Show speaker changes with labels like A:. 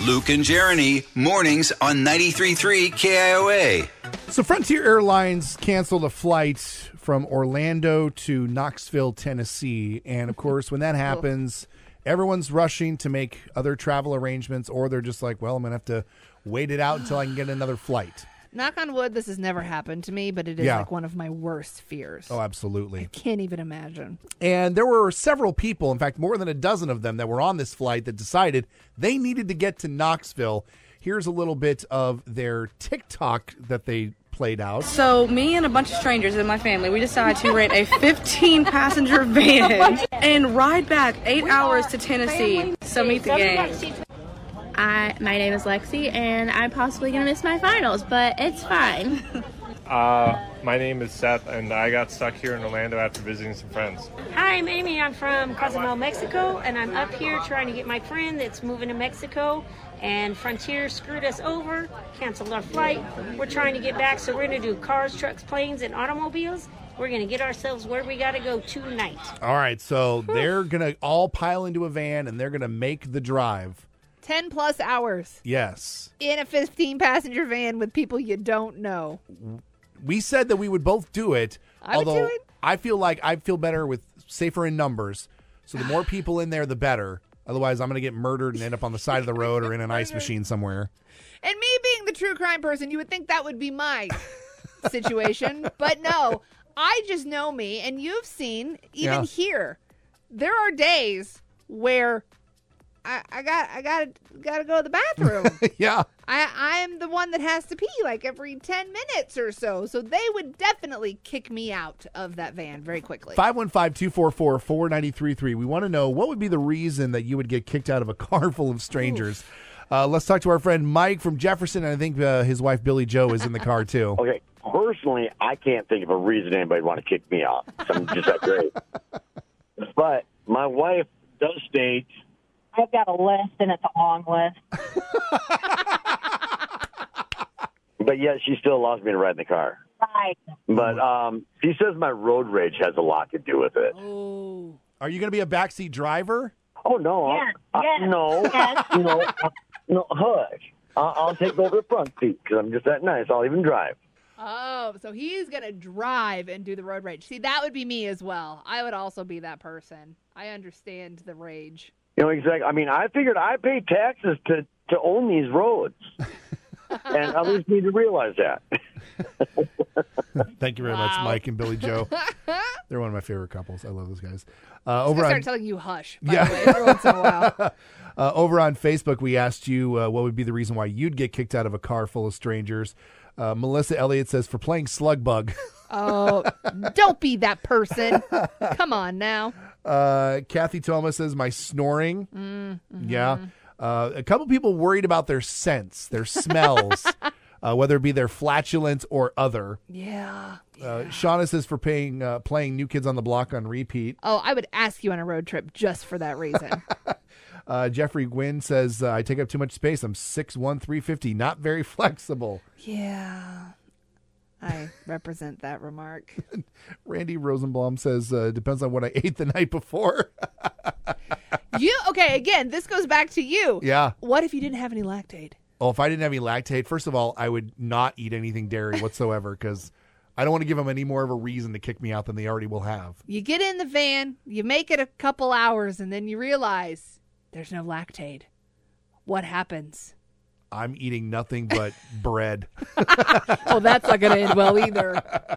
A: Luke and Jeremy, mornings on 93.3 KIOA.
B: So Frontier Airlines canceled a flight from Orlando to Knoxville, Tennessee, and of course, when that happens, everyone's rushing to make other travel arrangements, or they're just like, "Well, I'm gonna have to wait it out until I can get another flight."
C: Knock on wood, this has never happened to me, but it is
B: Yeah.
C: like one of my worst fears.
B: Oh, absolutely.
C: Can't even imagine.
B: And there were several people, in fact, more than a dozen of them that were on this flight that decided they needed to get to Knoxville. Here's a little bit of their TikTok that they played out.
D: So, me and a bunch of strangers in my family, we decided to rent a 15 passenger van and ride back eight hours to Tennessee. So, meet the gang.
E: I my name is Lexi and I'm possibly gonna miss my finals, but it's fine.
F: Uh, my name is Seth, and I got stuck here in Orlando after visiting some friends.
G: Hi, I'm Amy. I'm from Cozumel, Mexico, and I'm up here trying to get my friend that's moving to Mexico. And Frontier screwed us over, canceled our flight. We're trying to get back, so we're going to do cars, trucks, planes, and automobiles. We're going to get ourselves where we got to go tonight.
B: All right, so they're gonna all pile into a van and they're gonna make the drive.
C: 10 plus hours
B: Yes,
C: in a 15 passenger van with people you don't know.
B: we said that we would both do it.
C: I would do
B: although
C: it.
B: I feel like I feel better with safer in numbers. So the more people in there, the better. Otherwise, I'm gonna get murdered and end up on the side of the road or in an ice machine somewhere.
C: And me being the true crime person, you would think that would be my situation, but no. I just know me, and you've seen even
B: Yeah.
C: here. There are days where I, I got I got gotta go to the bathroom.
B: yeah,
C: I I'm the one that has to pee like every 10 minutes or so. So they would definitely kick me out of that van very quickly.
B: 515-244-4933. We want to know what would be the reason that you would get kicked out of a car full of strangers. Uh, let's talk to our friend Mike from Jefferson, and I think uh, his wife Billy Joe is in the car too.
C: Oh.
H: Okay, personally, I can't think of a reason anybody would want to kick me out. I'm just that great. But my wife does state
I: I've got a list, and it's a long list.
H: But yet she still allows me to ride in the car.
I: Right.
H: But um, she says my road rage has a lot to do with it.
C: Oh,
B: Are you going to be a backseat driver?
H: Oh no,
I: Yes,
H: I-
I: yes,
H: no,
I: yes.
H: no, no, hush! I'll, I'll take over the front seat because I'm just that nice. I'll even drive.
C: Oh, so he's going to drive and do the road rage. See, that would be me as well. I would also be that person. I understand the rage.
H: You know exactly. I mean, I figured I pay taxes to to own these roads, and others need to realize that.
B: Thank you very much, Mike and Billy Joe. They're one of my favorite couples. I love those guys. Uh,
C: I'm
B: over
C: gonna
B: on
C: start telling you hush, by
B: Yeah.
C: the way, every once in a while.
B: uh, over on Facebook, we asked you uh, what would be the reason why you'd get kicked out of a car full of strangers. Uh, Melissa Elliott says for playing slug bug.
C: Oh, don't be that person. Come on now.
B: Uh, Kathy Thomas says my snoring.
C: Mm-hmm.
B: Yeah. Uh, a couple people worried about their scents, their smells, uh, whether it be their flatulence or other.
C: Yeah.
B: Uh, Shauna says for paying, uh, playing New Kids on the Block on repeat.
C: Oh, I would ask you on a road trip just for that reason.
B: Uh, Jeffrey Gwynn says, uh, I take up too much space. I'm 6'1, 350, not very flexible.
C: yeah. I represent that remark.
B: Randy Rosenblum says, uh, depends on what I ate the night before.
C: You okay? Again, this goes back to you.
B: yeah.
C: What if you didn't have any lactate?
B: Well, if I didn't have any lactate, first of all, I would not eat anything dairy whatsoever because I don't want to give them any more of a reason to kick me out than they already will have.
C: You get in the van, you make it a couple hours, and then you realize there's no lactate. What happens?
B: I'm eating nothing but bread.
C: Oh, that's not going to end well either.